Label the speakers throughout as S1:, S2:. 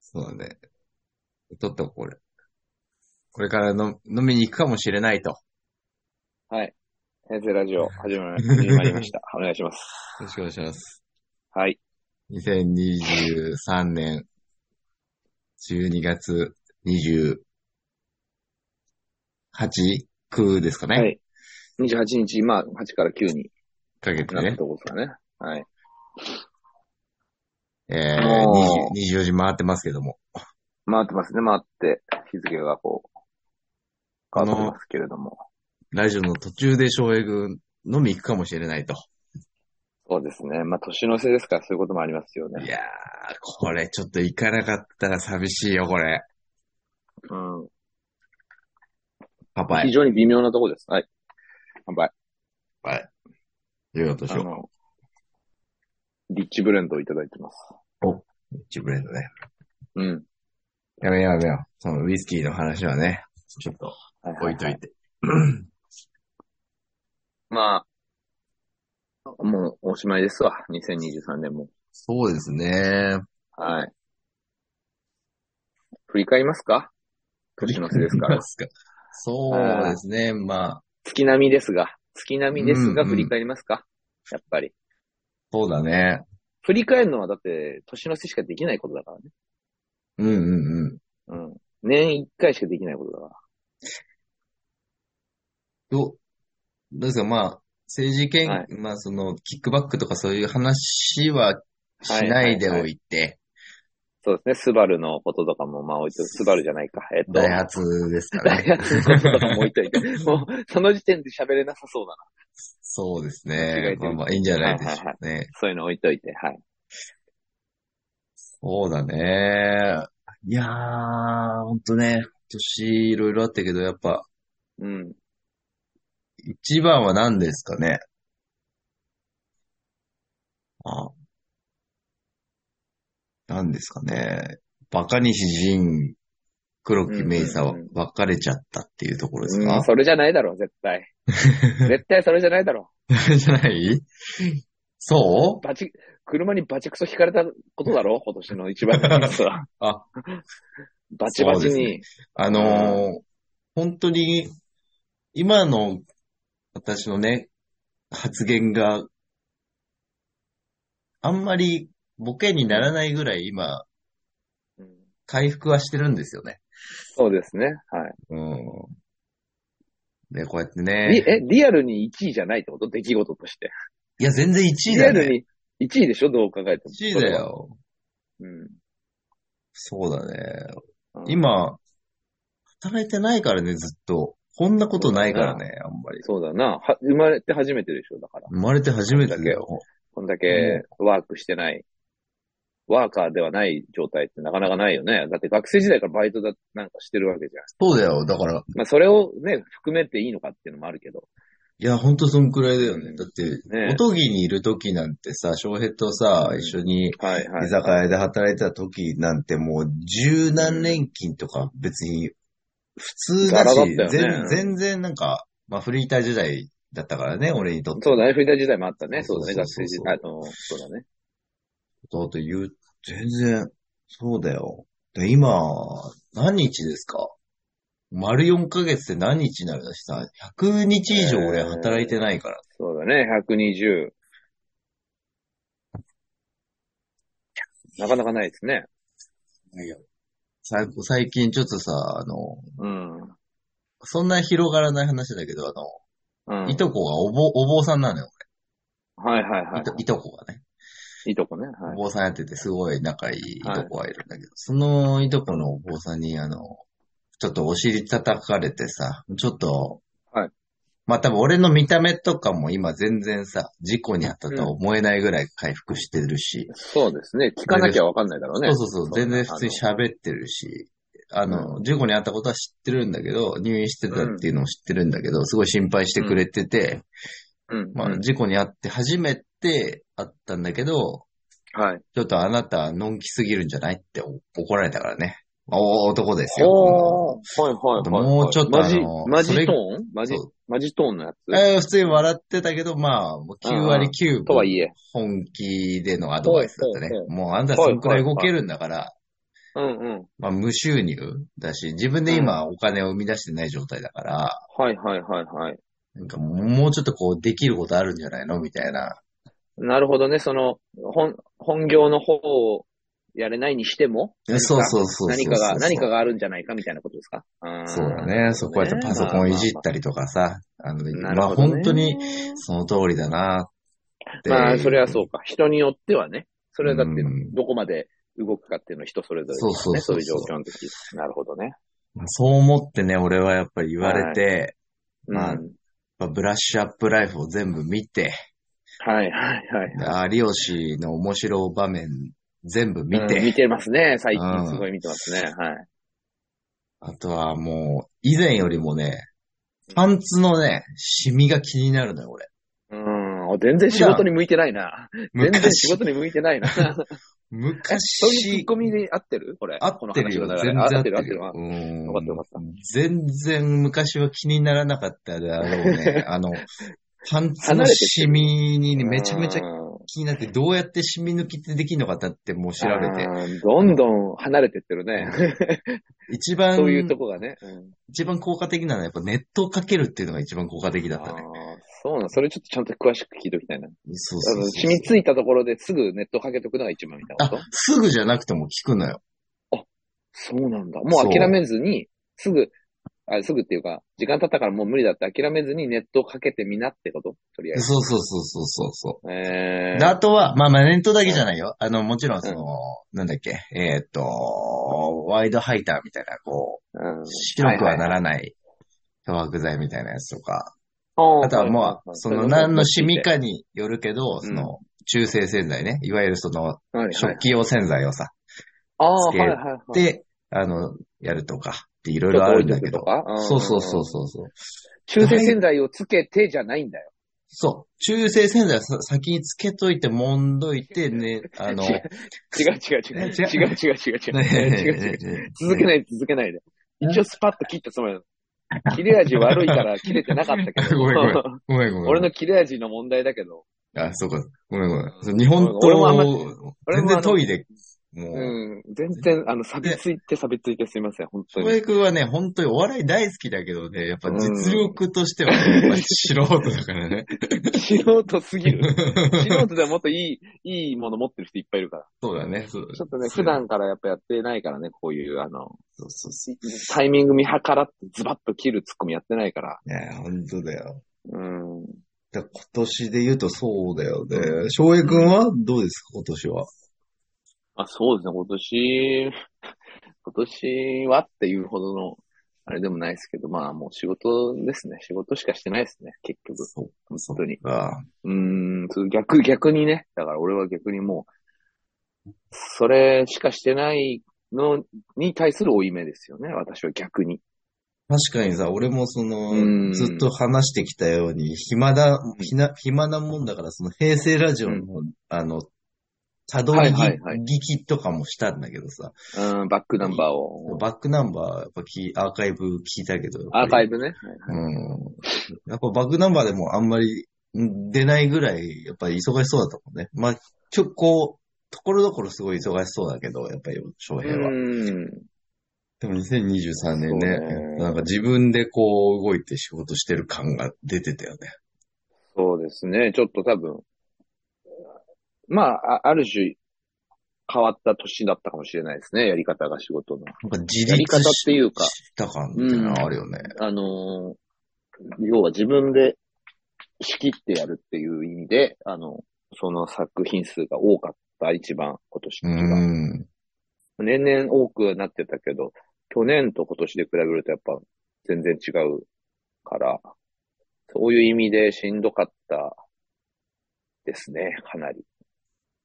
S1: そうだね。取っとこう、これ。これからの飲みに行くかもしれないと。
S2: はい。先生ラ ジオ始まり、始まりました。お願いします。
S1: よろしくお願いします。
S2: はい。
S1: 2023年12月28、9ですかね。
S2: はい。28日、まあ、8から9に
S1: かけて
S2: なる
S1: ね。
S2: とこですかね。はい。
S1: えー、
S2: もう
S1: 20 24時回ってますけども。
S2: 回ってますね、回って、日付がこう、変わってますけれども。
S1: ラジオの途中で翔平君飲み行くかもしれないと。
S2: そうですね。まあ、年の瀬ですから、そういうこともありますよ
S1: い
S2: ね。
S1: やー、これちょっと行かなかったら寂しいよ、これ。
S2: うん。
S1: パパ
S2: 非
S1: へ。
S2: 常に微妙なとこです。はい。乾杯。
S1: 言おうとし
S2: あ
S1: よ
S2: の、リッチブレンドをいただいてます。
S1: う。リッチブレンドね。
S2: うん。
S1: やめようやめよう。そのウイスキーの話はね、ちょっと
S2: はは
S1: 置いといて。
S2: まあ、もうおしまいですわ。2023年も。
S1: そうですね。
S2: はい。振り返りますか年の瀬で すから。
S1: そうですね。まあ、
S2: 月並みですが、月並みです
S1: う
S2: が
S1: んうん
S2: 振り返りますか、やっぱり。
S1: そうだね。
S2: 振り返るのはだって、年の瀬しかできないことだからね。
S1: うんうんうん。
S2: うん。年一回しかできないことだから。
S1: どう、どうですかまあ、政治権、
S2: はい
S1: まあその、キックバックとかそういう話はしないでおいて、
S2: そうですね。スバルのこととかも、まあ置いといて、スバルじゃないか。えっと、
S1: ダイハツですか
S2: ダイ
S1: ね。
S2: ハツのこととかも置いといて。もう、その時点で喋れなさそうだな。
S1: そうです
S2: 間違
S1: ね
S2: え。て
S1: まあ
S2: る
S1: まあ、いいんじゃないでしょうかね。
S2: そういうの置いといて。はい。
S1: そうだね。いやー、ほんとね、今年いろいろあったけど、やっぱ、
S2: うん。
S1: 一番は何ですかね。あ、何ですかね。バカ西仁、黒木メイサは
S2: うんうん
S1: 別れちゃったっていうところです
S2: うん
S1: か、
S2: それじゃないだろ、絶対。 絶対それじゃないだろ。
S1: じゃないそう。
S2: バチ、車にバチクソ引かれたことだろ今年の一番のニュースは
S1: あ、
S2: バチバチ
S1: そう
S2: に。
S1: あのー本当に、今の私のね、発言が、あんまりボケにならないぐらい今、
S2: うん
S1: 回復はしてるんですよね。
S2: そうですね。はい。
S1: うん。で、こうやって
S2: リ
S1: ね。
S2: え、リアルに1位じゃないってこと出来事として。
S1: いや、全然1位
S2: リ
S1: だ
S2: ア
S1: よ、
S2: ル
S1: ね。
S2: に1位でしょどう考えても。
S1: 1位だよ。
S2: うん。
S1: そうだね。
S2: うん。
S1: 今、働いてないからね、ずっと。こんなことないからね、あんまり。
S2: そうだな。は、生まれて初めてでしょだから。
S1: 生まれて初めてだよ。
S2: こんだけワークしてない。ワーカーではない状態ってなかなかないよね。だって学生時代からバイトだ、なんかしてるわけじゃん。
S1: そうだよ。だから、
S2: まあそれをね、含めていいのかっていうのもあるけど。
S1: いや、ほんとそんくらいだよ
S2: う
S1: ね。
S2: ん
S1: だって、
S2: ね
S1: おとぎにいる時なんてさ、翔平とさ、
S2: うん
S1: 一緒に
S2: はいはい。
S1: 居酒屋で働いてた時なんてもう十何年金とか別に普通だし、
S2: ザラだったよ
S1: 全
S2: ね
S1: 全然なんか、まあフリーター時代だったからね、俺にとって。
S2: そうだね、フリーター時代もあったね。
S1: そ
S2: そうう
S1: そう
S2: だ
S1: そう
S2: ね、学
S1: そ
S2: 生
S1: う
S2: 時代。あの、そうだね。
S1: だって言う、全然、そうだよ。で、今、何日ですか丸4ヶ月で何日になるだしさ、100日以上俺働いてないから。
S2: そうだね、120。なかなかないですね。
S1: 最最近ちょっとさ、あの、
S2: うん。う
S1: そんな広がらない話だけど、あの、
S2: ん。
S1: いとこがおぼ、お坊さんなのよ。
S2: はいはいはい
S1: と、いとこがね。
S2: い。いとこね。
S1: お
S2: はい。
S1: 坊さんやってて、すごい仲いいいとこがいるんだけど、そのいとこのお坊さんに、あの、ちょっとお尻叩かれてさ、ちょっと、
S2: はい。
S1: まあ多分俺の見た目とかも今全然さ、事故にあったとは思えないぐらい回復してるし、
S2: そうですね。聞かなきゃわかんないだろうね。
S1: そうそうそう、全然普通に喋ってるし、あの、事故にあったことは知ってるんだけど、入院してたっていうのを知ってるんだけど、すごい心配してくれてて、
S2: あのうん。
S1: まあ事故にあって初めて会ったんだけど、
S2: はい。
S1: ちょっとあなた、のんきすぎるんじゃないってお怒られたからね。お男ですよ。
S2: おー。はいはいはい。
S1: もうちょっとあ
S2: マジ
S1: の、
S2: マジ
S1: それ
S2: トーンマジ
S1: そ、
S2: マジトーンのやつ。
S1: えー普通に笑ってたけど、まあ、もう9割9
S2: とは
S1: 分
S2: いえ。
S1: 本気でのアドバイスだったね
S2: ほうほう。
S1: もうあんたそんくらい動けるんだから、
S2: うんうん。
S1: まあ無収入だし、自分で今お金を生み出してない状態だから、
S2: はいはいはいはい。
S1: なんかもうちょっとこうできることあるんじゃないのみたいな。
S2: なるほどね。その、本、本業の方をやれないにしても、
S1: えそうそうそうそうそう。
S2: 何かが、何かがあるんじゃないかみたいなことですかあー
S1: そうだね。そこやってパソコンいじったりとかさ。あの、
S2: まあまあまあ
S1: まあ本当に
S2: なるほどね
S1: その通りだなって。
S2: まあ、それはそうか。人によってはね。それはだって
S1: うん、
S2: どこまで動くかっていうのは人それぞれです
S1: そう
S2: ね。
S1: そ
S2: そう
S1: そうう
S2: いう状況の時。なるほどね。
S1: そう思ってね、俺はやっぱり言われて、まあ
S2: うん
S1: やっぱブラッシュアップライフを全部見て、
S2: はいはいはい。
S1: で有吉の面白場面全部見て、
S2: うん見てますね。最
S1: うん
S2: 近すごい見てますね。はい。
S1: あとはもう、以前よりもね、パンツのね、シミが気になるのよ、俺。
S2: うん。全然仕事に向いてないな。全然
S1: 昔、
S2: 仕事に向いてないな。そういうツッ
S1: 昔、
S2: コミで合ってるこれ。
S1: 合ってるよ、全然合ってるよ。
S2: 合って
S1: う
S2: るよかったよかった
S1: ん。全然昔は気にならなかったであろう ね。あの、パンツのシミにねめちゃめちゃ気になって、どうやってシミ抜きってできるのかだってもう調べて。
S2: て。どんどん離れてってるね。
S1: 一番
S2: そういうとこがね。うん
S1: 一番効果的なのはやっぱネットをかけるっていうのが一番効果的だったね。
S2: あーそうなの。それちょっとちゃんと詳しく聞いておきたいな。
S1: そう
S2: あ
S1: そうそう
S2: の、染みついたところですぐネットかけとくのが一番みたいな
S1: あ
S2: こと、
S1: すぐじゃなくても効くのよ。
S2: そうなんだ。もう諦めずに、すぐ、あすぐっていうか、時間経ったからもう無理だって諦めずにネットをかけてみなってこととりあえず。
S1: そうそうそうそうそうそう。
S2: え
S1: で、
S2: ー、
S1: あとは、まあまあ、ネットだけじゃないよ。あの、もちろん、その、なんだっけ、えーっと、ワイドハイターみたいな、こう、
S2: うん
S1: 白くはならない漂白剤みたいなやつとか。
S2: あ
S1: あとはもう、その、何のシミ
S2: い
S1: かによるけど、
S2: ん
S1: その、中性洗剤ね。いわゆるその、
S2: はいはい、
S1: 食器用洗剤をさ、
S2: ああ、は
S1: つけ
S2: いはい
S1: る
S2: はい。
S1: で、あの、やるとか、っていろい
S2: ち
S1: ろ
S2: ょっ
S1: あ
S2: と置
S1: るん
S2: いと
S1: だ
S2: く
S1: け
S2: と
S1: ど。
S2: か。ん
S1: そうそうそうそうそう。
S2: 中性洗剤をつけてじゃないんだよ。
S1: そう。中性洗剤をさ先につけといて、揉んどい て、ね、あの、
S2: 違う違う違
S1: 違う
S2: う違う。違う違う違う違う。違う違う。続けない続けないで。一応スパッと切ったつもりなの。切れ味悪いから切れてなかったけ ど。
S1: ごめんごめん ごめんごめん。
S2: 俺の切れ味の問題だけど。
S1: あ、そうか。ごめんごめん。そう日本
S2: 俺もあんま
S1: と、
S2: 俺
S1: 全
S2: もあ
S1: 然
S2: の
S1: トイレ、
S2: う
S1: もう。
S2: ん。全然、あの、錆びついて錆びついてすいません、本
S1: 小
S2: 当に。
S1: 林君はね、本当にお笑い大好きだけどね、やっぱ
S2: うん
S1: 実力としてはね、やっぱ素人だからね。
S2: 素人すぎる。素人ではもっといい、いいもの持ってる人いっぱいいるから。
S1: そうだね。そう
S2: ちょっとね、
S1: そ
S2: 普
S1: う
S2: 段からやっぱやってないからね、こういう、あの、
S1: そうそうそう。
S2: タイミング見計らってズバッと切るツッコミやってないから。
S1: ね本当だよ。
S2: うん。
S1: だから今年で言うとそうだよね。翔平君はどうですか今年は。
S2: あ、そうですね、今年、 今年はっていうほどの、あれでもないですけど、まあもう仕事ですね。仕事しかしてないですね、結局。
S1: そう
S2: 本当に。
S1: か。
S2: うーん、そう逆、逆にね。だから俺は逆にもう、それしかしてないのに対する負い目ですよね。私は逆に。
S1: 確かにさ、俺もそ
S2: うん
S1: の、ずっと話してきたように、暇だ、ひな、暇なもんだから、その平成ラジオの、あの、たどりぎ、
S2: はいはいはい
S1: 聞きとかもしたんだけどさ、
S2: うん、バックナンバーを。
S1: バックナンバー、やっぱきアーカイブ聞いたけど、
S2: アーカイ
S1: ブ。
S2: ブね。
S1: うん。やっぱバックナンバーでもあんまりん出ないぐらい、やっぱり忙しそうだったもんね。まあ、ちょ、こう、ところどころすごい忙しそうだけど、やっぱり、翔
S2: う
S1: 平は。
S2: ん。
S1: でも2023
S2: そ
S1: 年
S2: う
S1: ね
S2: ね
S1: なんか自分でこう動いて仕事してる感が出てたよね。
S2: そうですね。ちょっと多分、まあ、あある種、変わった年だったかもしれないですね。やり方が仕事の。
S1: なんか自
S2: やり方っ
S1: 立して
S2: いうか、
S1: た感みたいなのあるよね。
S2: あのー要は自分で仕切ってやるっていう意味で、あの、その作品数が多かった、一番、今
S1: う
S2: 年が。
S1: ん。
S2: 年々多くなってたけど、去年と今年で比べるとやっぱ全然違うから、そういう意味でしんどかったですね、かなり。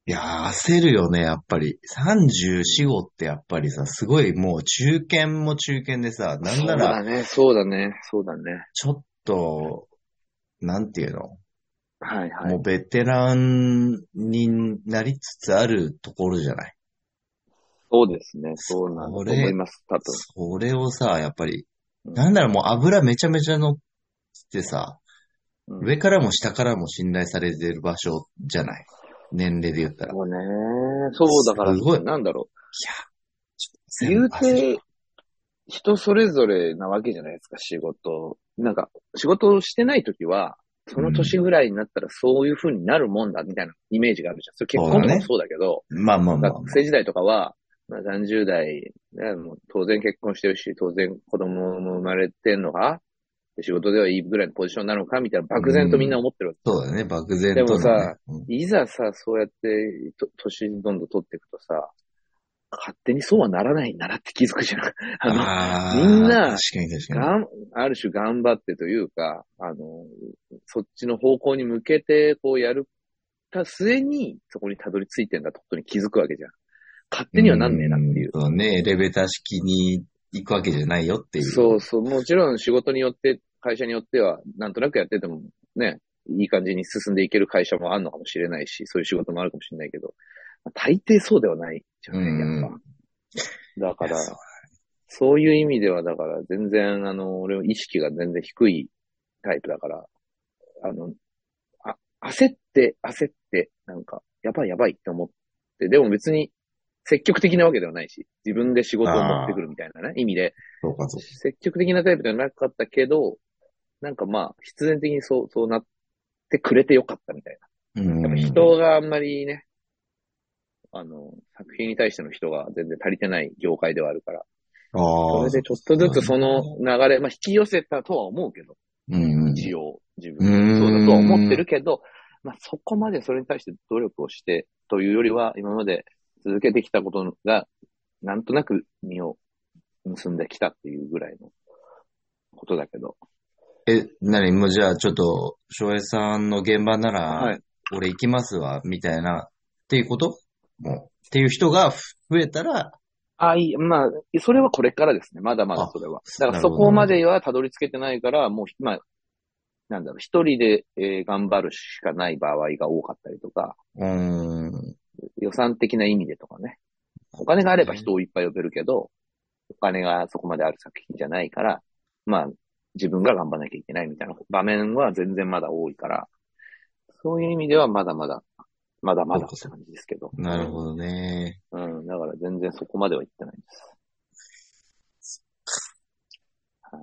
S1: いやー、焦るよね、やっぱり。34、5ってやっぱりさ、すごいもう中堅も中堅でさ、なんなら
S2: そうだね、そうだね、そうだね。
S1: ちょっと、なんていうの、
S2: はいは
S1: も
S2: い。
S1: うベテランになりつつあるところじゃない。
S2: そうですね、そうなんだと思います、多分。
S1: それをさ、やっぱり、
S2: うん
S1: なんならもう油めちゃめちゃ乗ってさ、
S2: うん
S1: 上からも下からも信頼されてる場所じゃない。年齢で言ったら。
S2: そうね。そうだから、
S1: すごい
S2: なんだろ言うて、人それぞれなわけじゃないですか、仕事。なんか、仕事をしてないときは、その年ぐらいになったらそういう風になるもんだ、みたいなイメージがあるじゃん。それ結婚とかもそうだけど、
S1: まあまあまあまあ
S2: 学。生時代とかは、まあ、30代、ね、もう当然結婚してるし、当然子供も生まれてんのかで仕事ではいいぐらいのポジションなのかみたいな漠然とみんな思ってるわけ。
S1: そうだね、漠然と、ね。
S2: でもさ
S1: うん、
S2: いざさ、そうやって、と年どんどん取っていくとさ、勝手にそうはならないんだなって気づくじゃん。あの、
S1: あー
S2: みん
S1: 確
S2: な
S1: かに確かに。
S2: がん、ある種頑張ってというか、あの、そっちの方向に向けて、こうやるた末に、そこにたどり着いてんだってことに気づくわけじゃん。勝手にはなんねえなっていう。
S1: んそうね、エレベーター式に行くわけじゃないよっていう。
S2: そうそう。もちろん仕事によって、会社によっては、なんとなくやってても、ね、いい感じに進んでいける会社もあるのかもしれないし、そういう仕事もあるかもしれないけど、まあ大抵そうではないじゃな
S1: うん
S2: い、やっぱ。だか
S1: いやそ
S2: ら
S1: う、
S2: そういう意味では、だから、全然、あの、俺は意識が全然低いタイプだから、あの、あ、焦って、焦って、なんか、やばいやばいって思って、でも別に、積極的なわけではないし、自分で仕事を持ってくるみたいなね、意味で、
S1: そうか、そうか。
S2: 積極的なタイプではなかったけど、なんかまあ、必然的にそう、そうなってくれてよかったみたい
S1: うん
S2: な。人があんまりね、あの、作品に対しての人が全然足りてない業界ではあるから、
S1: ああ
S2: それでちょっとずつその流れ、まあ引き寄せたとは思うけど、
S1: うん。
S2: 一応、自
S1: う
S2: 分
S1: ん
S2: そうだとは思ってるけど、まあそこまでそれに対して努力をしてというよりは、今まで続けてきたことが、なんとなく身を結んできたっていうぐらいのことだけど。
S1: え、なに、もうじゃあちょっと、翔平さんの現場な
S2: は
S1: ら
S2: い、
S1: 俺行きますわ、みたいな、っていうこともう、っていう人が増えたら、
S2: あ、いい。まあ、それはこれからですね。まだまだそれは。だから
S1: な
S2: そ
S1: るほど
S2: こまではたどり着けてないから、もう、まあ、なんだろう、一人で、えー頑張るしかない場合が多かったりとか、
S1: うーん、
S2: 予算的な意味でとかね。お金があれば人をいっぱい呼べるけど、お金がそこまである作品じゃないから、まあ、自分が頑張らなきゃいけないみたいな場面は全然まだ多いから、そういう意味ではまだまだ、まだまだって感じですけど。
S1: なるほどね。
S2: ど。うん、だから全然そこまでは行ってないです。はい。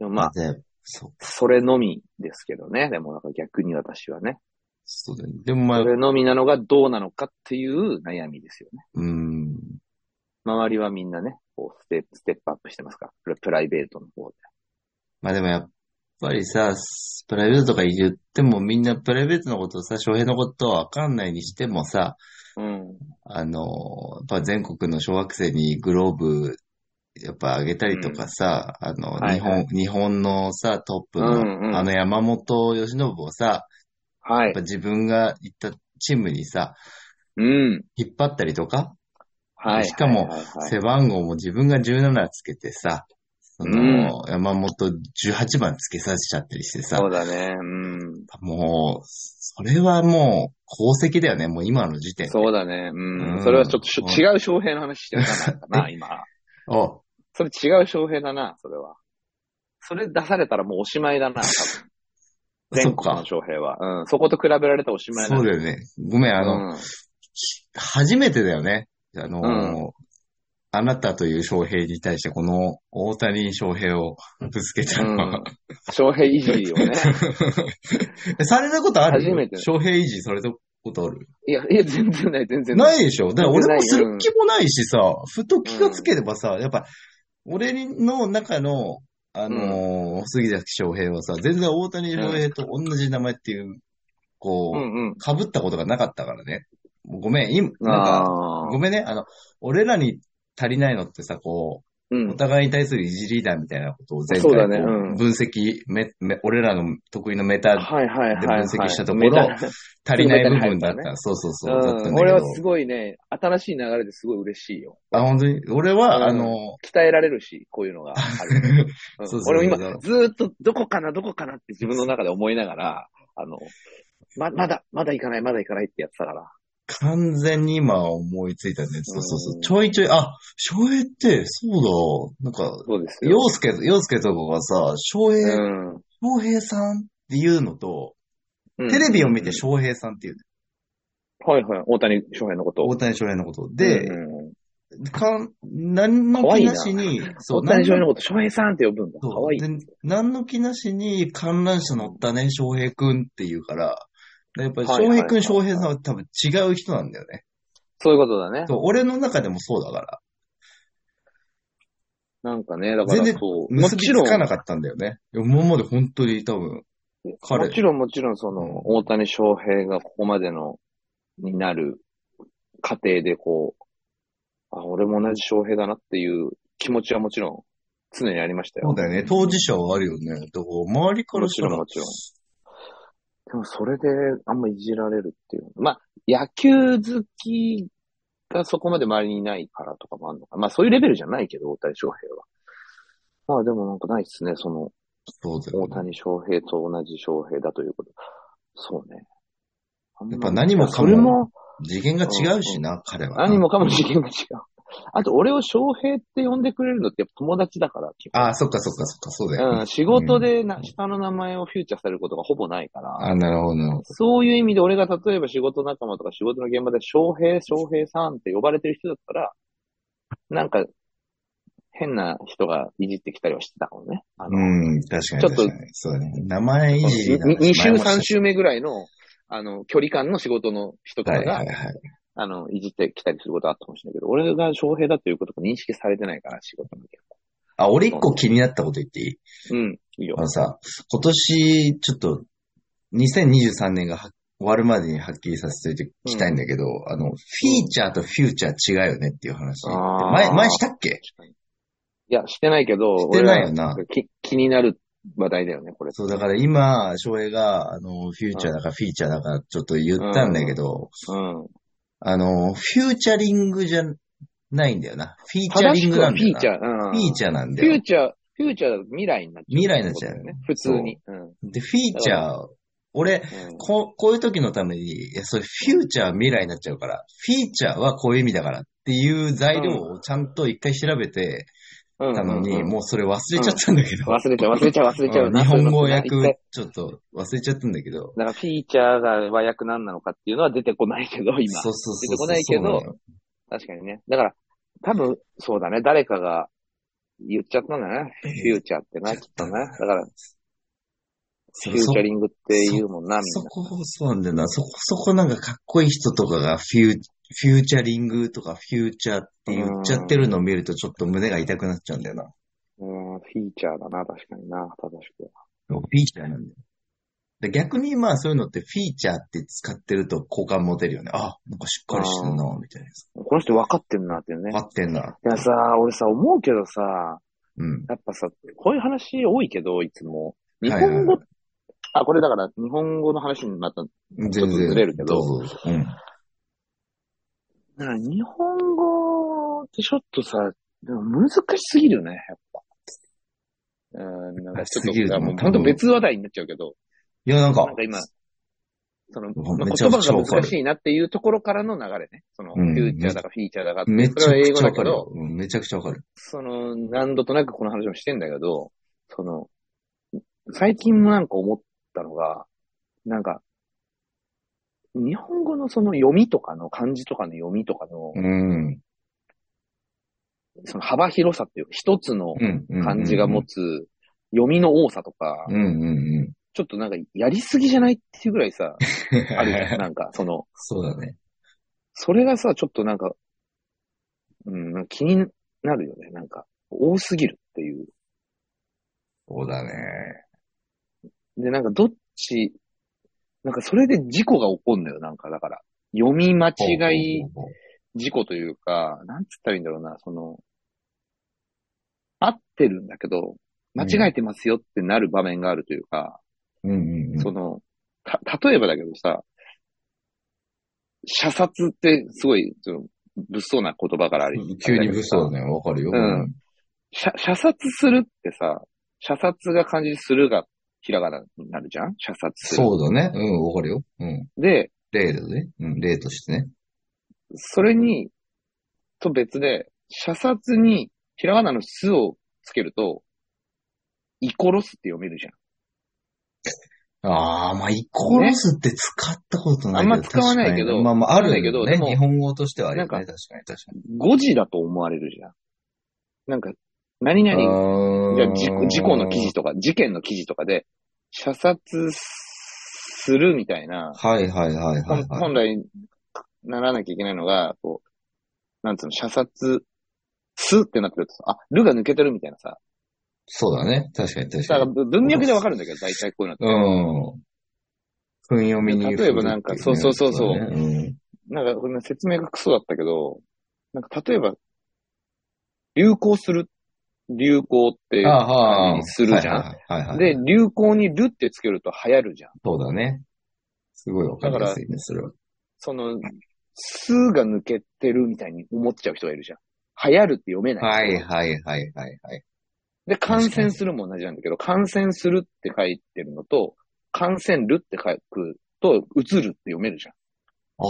S2: でもまあ、
S1: で、そう、
S2: それのみですけどね。でもなんか逆に私はね。
S1: そうだね。でもまあ、
S2: そうれのみなのがどうなのかっていう悩みですよね。
S1: ーん、
S2: 周りはみんなね、こうステ、ステップアップしてますから、プラプライベートの方で。
S1: まあでもやっぱりさ、プライベートとか言ってもみんなプライベートのことをさ、翔平のことはわかんないにしてもさ、
S2: うん。
S1: あの、やっぱ全国の小学生にグローブ、やっぱあげたりとかさ、あの、
S2: はいは
S1: 日
S2: い
S1: 本、日本のさ、トップの、
S2: うんうん
S1: あの山本由伸をさ、
S2: は
S1: やっ
S2: い
S1: ぱ。自分が行ったチームにさ、
S2: うん。
S1: 引っ張ったりとか、
S2: はい。
S1: しかも
S2: はいはいはい
S1: 背番号も自分が17つけてさ、その、山本18番つけさせちゃったりしてさ、
S2: そうだね。うん。
S1: もう、それはもう、功績だよね、もう今の時点で。
S2: そうだね。う
S1: う
S2: ん。
S1: ん
S2: それはちょっとしょ
S1: うん
S2: 違う翔平の話してるな、 な今。
S1: お
S2: それ違う翔平だな、それは。それ出されたらもうおしまいだな、多分。
S1: そっ
S2: 全国
S1: か
S2: の。翔平は。うん。そこと比べられたらおしまいだ
S1: そうだよね。ごめん、あの、
S2: うん
S1: 初めてだよね。あのー
S2: うん
S1: あなたという翔平に対して、この大谷翔平を ぶつけたのは。
S2: 翔平いじりをね。
S1: えされたことある
S2: 初めて
S1: 翔平維持されたことある
S2: いや、いや、全然ない、全然ない。
S1: ないでしょだから俺もする気もないしさ、ふと気がつければさ、やっぱ、俺の中の、あのー杉崎翔平はさ、全然大谷翔平と同じ名前っていう、こ
S2: う
S1: う、
S2: んうん。
S1: 被ったことがなかったからね。もうごめん、今、なんか、
S2: あ
S1: ごめんね、あの、俺らに足りないのってさ、こ
S2: ーう
S1: う、お
S2: ん。
S1: 互いに対するいじりだみたいなことを前回
S2: そう
S1: こ
S2: だ
S1: う、
S2: ねうん
S1: 分析めめ、俺らの得意のメタ
S2: はいはいはい、はい。
S1: で分析したところ
S2: メタ
S1: 足りない部分だっ。
S2: メタに入ったた
S1: そうそうそう。だった
S2: うんん、
S1: だけ
S2: 俺
S1: ど
S2: は。すごいね、新しい流れですごい嬉しいよ。
S1: あ、本当に俺は、
S2: うん
S1: あの、
S2: 鍛えられるし、こういうのがある。 うん
S1: そうそう
S2: 俺も
S1: だか
S2: 今
S1: ら、
S2: ずーっとどこかな、どこかなって自分の中で思いながら、あの、ま、まだ、まだ行かない、まだ行かないってやってたから。
S1: 完全に今思いついたね。そうそうそうう。
S2: ん
S1: ちょいちょい、あ、翔平って、そうだ、なんか、
S2: そうですよ。
S1: 洋介、洋介とかがさ、翔
S2: う
S1: 平、
S2: ん。
S1: 翔平さんっていうのと、
S2: うん
S1: テレビを見て翔平さんっていうね。
S2: はいはい。大谷翔平のこと
S1: 大
S2: を。
S1: 谷翔平のこと。で、
S2: うん
S1: かん、何の気なしに、そう、
S2: 大谷
S1: 何
S2: 翔平
S1: の
S2: のこと、翔平さんって呼ぶんだ。か
S1: そう
S2: わいい。
S1: で何の気なしに観覧車乗ったね、翔平くんって言うから、でやっぱり
S2: はいは
S1: 翔
S2: いはい
S1: 平くん、翔平さんは多分違う人なんだよね。
S2: そういうことだね。
S1: そう、俺の中でもそうだから。
S2: なんかね、だから
S1: 全然
S2: そう。も
S1: 結び
S2: ち
S1: つ
S2: ろん、
S1: かなかったんだよね。今まで本当に多分、彼
S2: もちろんもちろんその、大谷翔平がここまでの、になる過程でこう、あ、俺も同じ翔平だなっていう気持ちはもちろん常にありましたよ。
S1: そうだよね。当事者はあるよね。だから周りから
S2: も
S1: し
S2: ち
S1: た
S2: ろ
S1: ら
S2: ん、もちろん。でもそれであんまいじられるっていう。まあ、野球好きがそこまで周りにいないからとかもあるのか。まあそういうレベルじゃないけど、大谷翔平は。まあでもなんかないっすね、その、
S1: そうだよ
S2: 大
S1: ね。
S2: 谷翔平と同じ翔平だということ。そうね。あんま
S1: やっぱ何もかも
S2: それも、
S1: 次元が違うしな、彼はな。
S2: 何もかも次元が違う。あと、俺を翔平って呼んでくれるのってやっぱ友達だから。基本
S1: ああ、そっかそっかそっか、そうだよね。
S2: うん、仕事でな、下の名前をフューチャーされることがほぼないから。
S1: あ、なるほど、なるほど。
S2: そういう意味で俺が例えば仕事仲間とか仕事の現場で翔平、翔平さんって呼ばれてる人だったら、なんか変な人がいじってきたりはしてたかもね。あの、
S1: うん、確かに
S2: ちょっ
S1: 確
S2: と
S1: かに。そうだね。名前いじりなんて
S2: 2週、
S1: 前もした
S2: 3週目ぐらいの、あの、距離感の仕事の人とか
S1: は
S2: が、
S1: いはいはい。
S2: あの、いじってきたりすることはあったかもしれないけど、俺が翔平だということが認識されてないから、仕事の現
S1: あ、俺一個気になったこと言っていい
S2: 場。うん、いいよ
S1: あ。のさ、今年、ちょっと、2023年がは終わるまでにはっきりさせておきたいんだけど、あの、フィーチャーとフューチャー違うよねっていう話。
S2: あー
S1: 前、前したっけ
S2: 確かにいや、してないけど、
S1: してないよな
S2: 俺はき気になる話題だよね、これ。
S1: そう、だから今、翔平が、あの、フューチャーだかフィーチャーだかちょっと言ったんだけど、
S2: うん。
S1: あの、フューチャリングじゃないんだよな。フィーチャ
S2: 正
S1: リ
S2: し
S1: ン
S2: く
S1: グな
S2: は
S1: ん
S2: フ
S1: だよな。
S2: ィーチ
S1: フ
S2: ャー。うん。
S1: ィーチャーなんだ
S2: フュ
S1: よ
S2: ー。チャー、フューチャーだと未来になっちゃう。
S1: 未来になっちゃうよね。
S2: 普通に。うん。
S1: で、フィーチャー、俺、
S2: うん
S1: こう、こういう時のために、いや、それフューチャーは未来になっちゃうから、フィーチャーはこういう意味だからっていう材料をちゃんと一回調べて
S2: うん
S1: たのに、
S2: うん
S1: もうそれ忘れちゃったんだけど。
S2: 忘れちゃう、忘れちゃう、忘れちゃう。
S1: うん日本語
S2: な
S1: 訳
S2: 一回、
S1: ちょっと忘れちゃったんだけど。
S2: だから、フィーチャーが和訳何なのかっていうのは出てこないけど、今。
S1: そうそうそうそう。
S2: 出てこないけど
S1: そうなのよ
S2: 確かにね。だから、多分、そうだね。誰かが言っちゃったんだね。フューチャーってな、きっとね。だから、
S1: そ
S2: フューチャ
S1: そ
S2: リングって言うもんな、み
S1: そ
S2: んな。
S1: こ、そうなんだよな。そこ、そこなんかかっこいい人とかがフュー、フューチャリングとかフューチャーって言っちゃってるのを見るとちょっと胸が痛くなっちゃうんだよな。
S2: うん、フィーチャーだな、確かにな、正しくは。
S1: フィーチャーなんだよ。で逆にまあそういうのってフィーチャーって使ってると好感持てるよね。あ、なんかしっかりしてんな、みたい
S2: この人分かってんな、っていうね
S1: な。。合ってんな。
S2: いやさ、俺さ、思うけどさ、
S1: うん。
S2: やっぱさ、こういう話多いけど、いつも。
S1: い
S2: 日
S1: はいはい
S2: 本語、あ、これだから、日本語の話にまた、
S1: 全
S2: ちょっとずれるけど
S1: うぞ。うん。
S2: だから日本語ってちょっとさ、でも難しすぎるよね、やっぱ。うん、なんかちょ
S1: すぎ
S2: っ
S1: ると
S2: と、あ
S1: 思う
S2: もう本当別話題になっちゃうけど、
S1: いや、なんか
S2: なん、か今、その、
S1: めちゃ
S2: 言
S1: く
S2: 葉
S1: ちゃわ
S2: が
S1: か
S2: 難
S1: る
S2: し。いなっていうところからの流れね。その、
S1: う
S2: フ
S1: ん
S2: ューチャーだかフィーチャーだかって
S1: めちゃ
S2: それは英
S1: く
S2: 語
S1: ちゃ
S2: だ
S1: わ
S2: け
S1: かる
S2: ど
S1: よ。、うんめちゃくちゃわかる。
S2: その、何度となくこの話もしてんだけど、その、最近もなんか思ったのが、なんか、日本語のその読みとかの漢字とかの読みとかの
S1: う、ん。うん
S2: その幅広さっていう、一つの
S1: うんうん。
S2: 漢字が持つ読みの多さとか、
S1: うんうんう ん。
S2: ちょっとなんかやりすぎじゃないっていうぐらいさ、ある じゃん。なんか、その、
S1: そうだね。
S2: それがさ、ちょっとなんか、うん、気になるよね。なんか、多すぎるっていう。
S1: そうだね。
S2: で、なんかどっち、なんかそれで事故が起こるんだよ。なんか、だから、読み間違い
S1: ほうほうほうほう
S2: 事故というか、なんつったらいいんだろうな、その、合ってるんだけど、間違えてますよってなる場面があるというか、
S1: うんうんうん。
S2: その、た、例えばだけどさ、射殺ってすごい、その、物騒な言葉からあり。
S1: 急に物騒だね。わかるよ。
S2: うん射射殺するってさ、射殺が漢字でするがひらがなになるじゃん射殺する。
S1: そうだね。うん、わかるよ。うん。
S2: で、
S1: 例だね。うん、例としてね。
S2: それに、と別で、射殺にひらがなのすをつけると、イコロスって読めるじゃん。
S1: ああ、まあ、イコロスって使ったことないけど、
S2: あんま使わないけど
S1: 確かにまあまあ、ある
S2: 使わないけど
S1: ね
S2: で。も
S1: 日本語としてはあるよね。
S2: なん
S1: 確かに、確かに。
S2: 誤字だと思われるじゃん。なんか、何々、
S1: あー
S2: じゃあ事故事故の記事とか、事件の記事とかで、射殺するみたいな、
S1: はいはいはいは
S2: 本
S1: い、はい。
S2: 本来ならなきゃいけないのが、こう、なんつうの、射殺すってなってるとさ、あ、るが抜けてるみたいなさ。
S1: そうだね。確かに確
S2: だ
S1: か
S2: か
S1: らに。
S2: 文脈でわかるんだけど、大体こういうのって。
S1: うん。訓読みに。
S2: 例えばなんかそうそうそうそう
S1: だね
S2: なんか、これね説明がクソだったけど、なんか例えば、流行する、流行って
S1: うん。、ああ、
S2: するじゃん
S1: はいはいはいはい。
S2: で、流行にるってつけると流行るじゃん。
S1: そうだね。すごいわかりやすいね、それは。
S2: その、すが抜けてるみたいに思っちゃう人がいるじゃん。流行るって読めない。
S1: はいはいはいはいはい。
S2: で、感染するも同じなんだけど、感染するって書いてるのと、感染るって書くと、うつるって読めるじゃ
S1: あ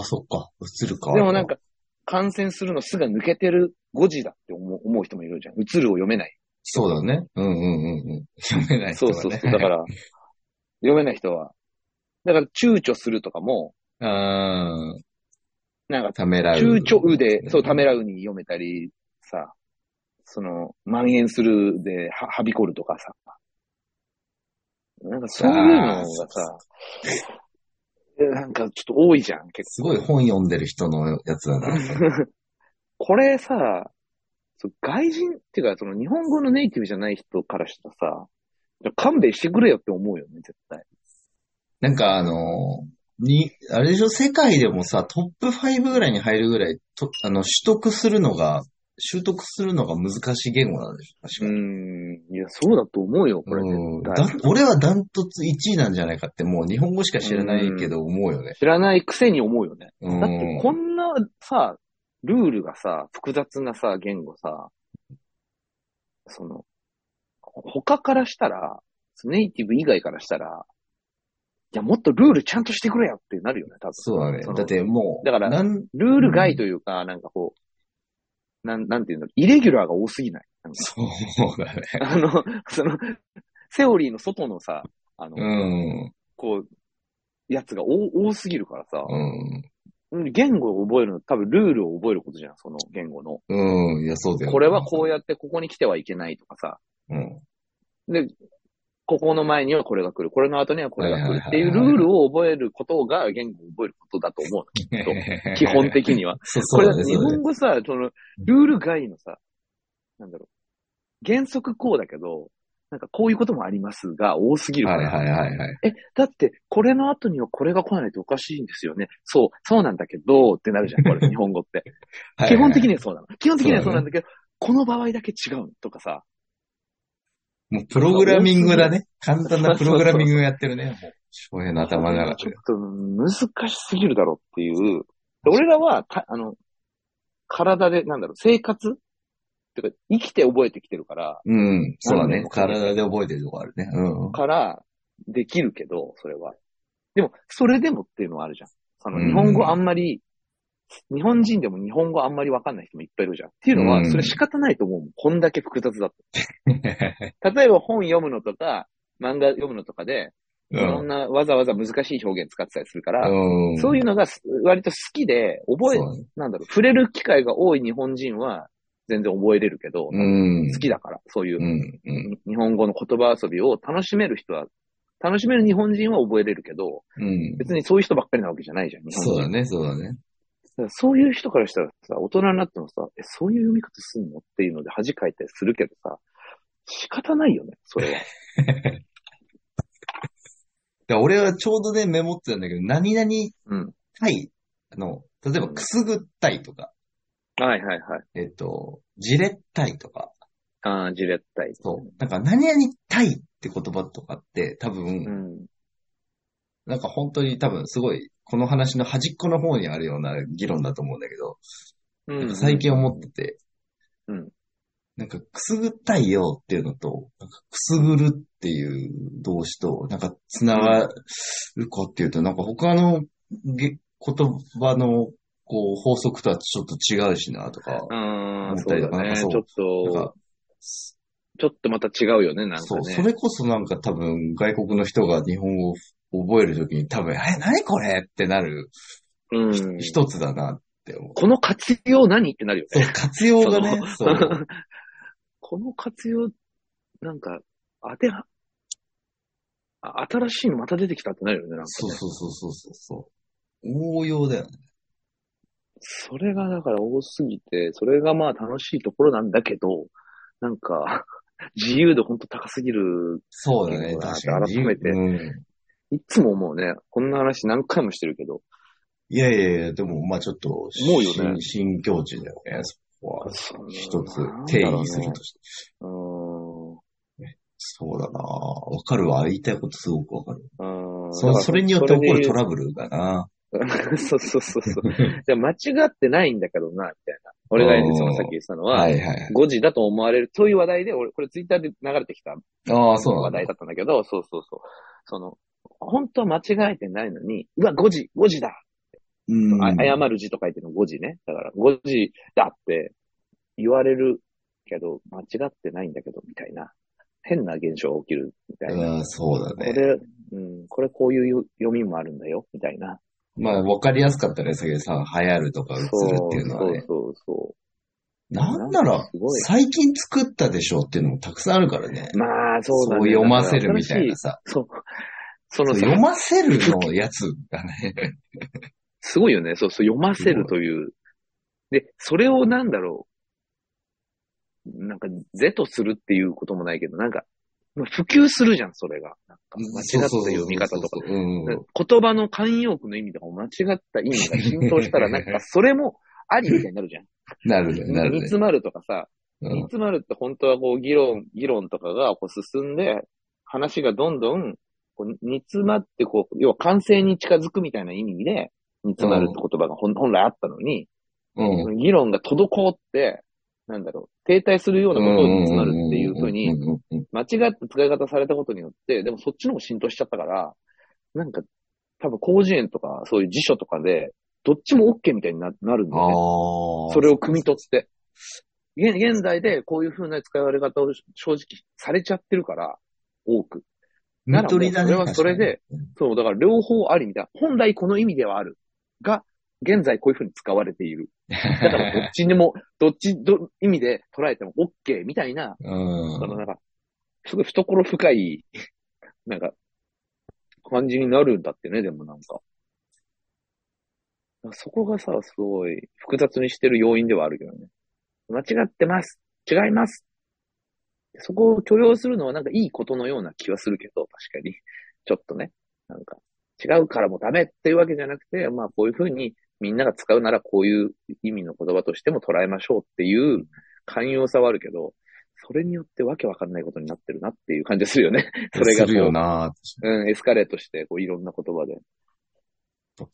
S1: あ、そっか。映るか。
S2: ん。でもなん、か、感染するのすが抜けてる誤字だって思う思う人もいるじゃん。うつるを読めない。
S1: そうだね。うんうんうんうん。読めない人
S2: そ
S1: がね。
S2: うそうそう。だから、読めない人は。だから、躊躇するとかも、
S1: ら。うん。
S2: なんか、
S1: ためらう。
S2: 躊躇うで、そう、ためらうに読めたり、さ、その、蔓延するで、は、はびこるとかさ。なんかそういうのがさ、なんかちょっと多いじゃん、結
S1: すごい本読んでる人のやつだな。
S2: 構。これさ、そう外人っていうか、その日本語のネイティブじゃない人からしたらさ、じゃあ勘弁してくれよって思うよね、絶対。
S1: なんかあの、に、あれでしょ、世界でもさ、トップ5ぐらいに入るぐらい、と、あの、取得するのが、習得するのが難しい言語なんでしょ、確
S2: う
S1: かに。
S2: ん、いや、そうだと思うよ、これ
S1: うん
S2: 絶
S1: だ
S2: 対。
S1: 俺はダントツ1位なんじゃないかって、もう日本語しか知らないけど思うよね。
S2: 知らないくせに思うよね。
S1: うん。
S2: だってこんなさ、ルールがさ、複雑なさ、言語さ、その、他からしたら、ネイティブ以外からしたら、いや、もっとルールちゃんとしてくれよってなるよね、多分。
S1: そうだね
S2: そ。の
S1: だってもう、
S2: だから
S1: なん、
S2: ルール外というか、なんかこう、なん、なんていうの、イレギュラーが多すぎない。なんか
S1: そうだね。
S2: あの、 その、セオリーの外のさ、あの、
S1: うん。
S2: こう、やつが多多すぎるからさ、
S1: うん。
S2: 言語を覚えるの、多分ルールを覚えることじゃん、その言語の。
S1: うん。いや、そうだよ。
S2: これはこうやってここに来てはいけないとかさ、
S1: うん。
S2: で、ここの前にはこれが来る、これの後にはこれが来るっていう
S1: はいは
S2: ル
S1: いはいはい
S2: ールを覚えることが言語を覚えることだと思うの。基本的には。
S1: そう そ
S2: こ
S1: う
S2: れ
S1: だね、
S2: 日
S1: そうだね
S2: 本。語さ、その、ルール外のさ、なんだろう、原則こうだけど、なんかこういうこともありますが多すぎるか
S1: はい
S2: ら。
S1: はいはいはい。
S2: え、だって、これの後にはこれが来ないとおかしいんですよね。そう、そうなんだけど、ってなるじゃん、こ れ、日本語って。基本的
S1: に。
S2: にはそうなの。基本的にはそうなんだけど、この場合だけ違うのとかさ、
S1: もうプログラミングだね。簡単なプログラミングをやってるね。もう、翔平の頭の中
S2: ちょ
S1: で。
S2: っと難しすぎるだろうっていう。で俺らは、たあの、体で、なんだろう、生活てか、生きて覚えてきてるから、
S1: うん。そうだ
S2: なん
S1: ね
S2: で。
S1: 体で覚えてるとこあるね。うん。
S2: から、できるけど、それは。でも、それでもっていうのはあるじゃん。そ
S1: うん
S2: の、日本語あんまり、日本人でも日本語あんまりわかんない人もいっぱいいるじゃん。っていうの
S1: う
S2: は、
S1: ん
S2: それ仕方ないと思うもん。こんだけ複雑だと。例えば本読むのとか、漫画読むのとかで、いろんなわざわざ難しい表現使ってたりするから、
S1: うん。
S2: そういううのがす割と好きで、覚え、
S1: そうだね
S2: なんだろう、触れる機会が多い日本人は全然覚えれるけど、
S1: うん。
S2: 好きだから、そういうう、
S1: ん。うん。
S2: に日本語の言葉遊びを楽しめる人は、楽しめる日本人は覚えれるけど、
S1: うん。
S2: 別にそういう人ばっかりなわけじゃないじゃん、日本人。
S1: そうだね、そうだね。
S2: だからそういう人からしたらさ、大人になってもさ、え、そういう読み方すんのっていうので恥かいたりするけどさ、仕方ないよね、それは。
S1: で俺はちょうどね、メモってたんだけど、何々
S2: うん。
S1: 対、あの、例えばくすぐったいとか、
S2: はいはいはい。
S1: えっと、じれったいとか、
S2: ああ、じれったい。
S1: そう。なんか、何々たいって言葉とかって、多
S2: う
S1: 分、
S2: ん。
S1: なんか本当に多分すごい、この話の端っこの方にあるような議論だと思うんだけど、
S2: う
S1: なん
S2: ん。
S1: か最近思ってて、
S2: うん
S1: なんか、くすぐったいよっていうのと、なんかくすぐるっていう動詞と、なんか、つながるかっていうと、なんか他のげ言葉の、こう、法則とはちょっと違うしな、とか、
S2: うーん、
S1: 思っ
S2: そ
S1: た
S2: う
S1: りとか
S2: だ
S1: なん
S2: ね。
S1: か
S2: ち
S1: そう
S2: ょっ
S1: なん
S2: と
S1: か、
S2: ちょっとまた違うよね、なんか
S1: そう、
S2: ね。
S1: それこそなんか多分外国の人が日本語を覚えるときに多分、え、何これってなる
S2: うん。
S1: 一つだなって思う。
S2: この活用何ってなるよ
S1: そう、 活用がね、
S2: ね。
S1: そう。
S2: この活用、なんか、当ては、あ新しいのまた出てきたってなるよね、なんか、ね。
S1: そうそうそうそうそうそう。応用だよね。
S2: それがだから多すぎて、それがまあ楽しいところなんだけど、なんか、 自由度ほんと高すぎる。
S1: そうだね、確かに。
S2: 改めて
S1: うん。
S2: いつも思うね。こんな話何回もしてるけど。
S1: いやいやいや、でも、まあちょっと、
S2: 思うよ
S1: 新
S2: ね
S1: 新境地だよね、そこは。
S2: そう
S1: 一つ、定義するとして。
S2: うーん。
S1: そうだなわかるわ。言いたいことすごくわかる。
S2: うん
S1: そそれによって起こるト
S2: ラ
S1: ラブルだな
S2: ブル。 そうそ うそうそう。じゃあ間違ってないんだけどな、みたいな。俺が
S1: うん
S2: そのさっき言ってたのは、
S1: はいはい。
S2: 5時だと思われるという話題で、俺、これツイッターで流れてきた
S1: ああ、そうな
S2: 話
S1: んだ
S2: 題。だったんだけど、そうそうそう。その、本当は間違えてないのに、うわ、5時、5時だ
S1: うん。
S2: あ謝る字と書いてるの5時ね。だから5時だって言われるけど、間違ってないんだけど、みたいな。変な現象が起きる、みたいな。
S1: うん、そうだ
S2: こ
S1: ね。
S2: れ、うん、これこういう読みもあるんだよ、みたいな。
S1: まあ、わかりやすかったね、先さ、流行るとか映るっていうのはね。
S2: そうそうそう。
S1: なんなら
S2: す、ごい。
S1: 最近作ったでしょうっていうのもたくさんあるからね。
S2: まあ、そうだね。
S1: 読ませるみたい
S2: だ
S1: な
S2: か
S1: さ。
S2: ら。新しいそう。そのさ
S1: 読ませるのやつがね。
S2: すごいよね。そうそう、読ませるという。で、それをなんだろう。なんか、是とするっていうこともないけど、なんか、普及するじゃん、それが。なんか間違った読み方とか。
S1: そうそうそうそう。うんうん
S2: 言葉の慣用句の意味とかも間違った意味が浸 透したら、なんか、それもありみたいになるじゃん。
S1: なるね、なる
S2: 煮
S1: ね。
S2: 詰まるとかさ、
S1: う
S2: 煮
S1: ん
S2: 詰まるって本当はこう議論、議論とかがこう進んで、話がどんどんこう煮詰まってこう、要は完成に近づくみたいな意味で、煮詰まるって言葉が本本来あったのに、
S1: うん。
S2: 議論が滞って、なんだろう、停滞するようなことを煮詰まるっていうふうに、
S1: んうん
S2: 間違った使い方されたことによって、でもそっちのも浸透しちゃったから、なんか、多分広辞苑とかそういう辞書とかで、どっちも OK みたいにななるんだ
S1: あ
S2: よね。
S1: あ。
S2: それを汲み取って。現現代でこういう風な使われ方を正直されちゃってるから、多く。
S1: 見取りだね。
S2: ならもうそれはそれで
S1: 確か
S2: そう、だから両方ありみたいな。本来この意味ではある。が、現在こういう風に使われている。だからどっちにも、どっち、ど、意味で捉えても OK みたいな、
S1: に。う
S2: その
S1: ん。
S2: なんか、すごい懐深い、 なんか、感じになるんだってね、でもなんか。そこがさ、すごい複雑にしてる要因ではあるけどね。間違ってます違いますそこを許容するのはなんかいいことのような気はするけど、確かに。ちょっとね。なんか、違うからもうダメっていうわけじゃなくて、まあこういうふうにみんなが使うならこういう意味の言葉としても捉えましょうっていう寛容さはあるけど、それによってわけわかんないことになってるなっていう感じがするよ ね。それがこ
S1: す
S2: う
S1: るよな。
S2: うん、エスカレートして、こういろんな言葉で。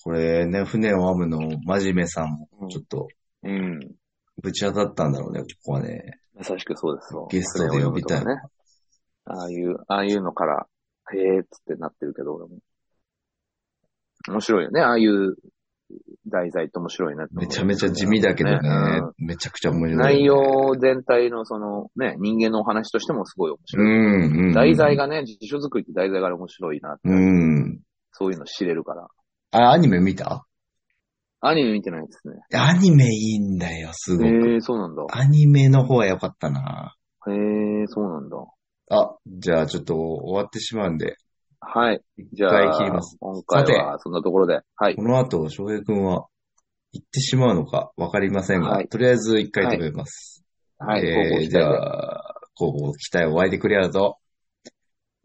S1: これね、船を編むの、真面目さんも、ちょっと、
S2: うん。
S1: ぶち当たったんだろうね、ここはね。
S2: まさしくそうですよ。
S1: ゲストで呼びたい
S2: ね。ああいう、ああいうのから、へえーっつってなってるけど、俺も。面白いよね。ああいう題材って面白いなって思
S1: め
S2: う
S1: ちゃめちゃ地味だけどね
S2: うん。
S1: めちゃくちゃ面白い。
S2: 内容全体のそのね、人間のお話としてもすごい面
S1: う
S2: 白い。
S1: ん、うん。
S2: 題材。がね、辞書作りって題材が面白いなって、
S1: うん。
S2: そういうの知れるから。
S1: あ、アニメ見た
S2: アニメ見てないですね。
S1: アニメいいんだよ、すごく。
S2: へえー、そうなんだ。
S1: アニメの方は良かったな。
S2: へえー、そうなんだ。
S1: あ、じゃあちょっと終わってしまうんで、
S2: はい。じゃ
S1: 一回切り
S2: あ
S1: ます、
S2: 今回
S1: さ
S2: はそんなところで。はい
S1: こ。の後、翔平くんは行ってしまうのかわかりませんが、
S2: はい
S1: とりあえず一回食べます。
S2: はい。
S1: えー
S2: ご期待
S1: じ
S2: で
S1: ゃあ、広報期待を湧いてくれやると、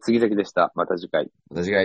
S2: 杉崎でした。また次回。
S1: 私が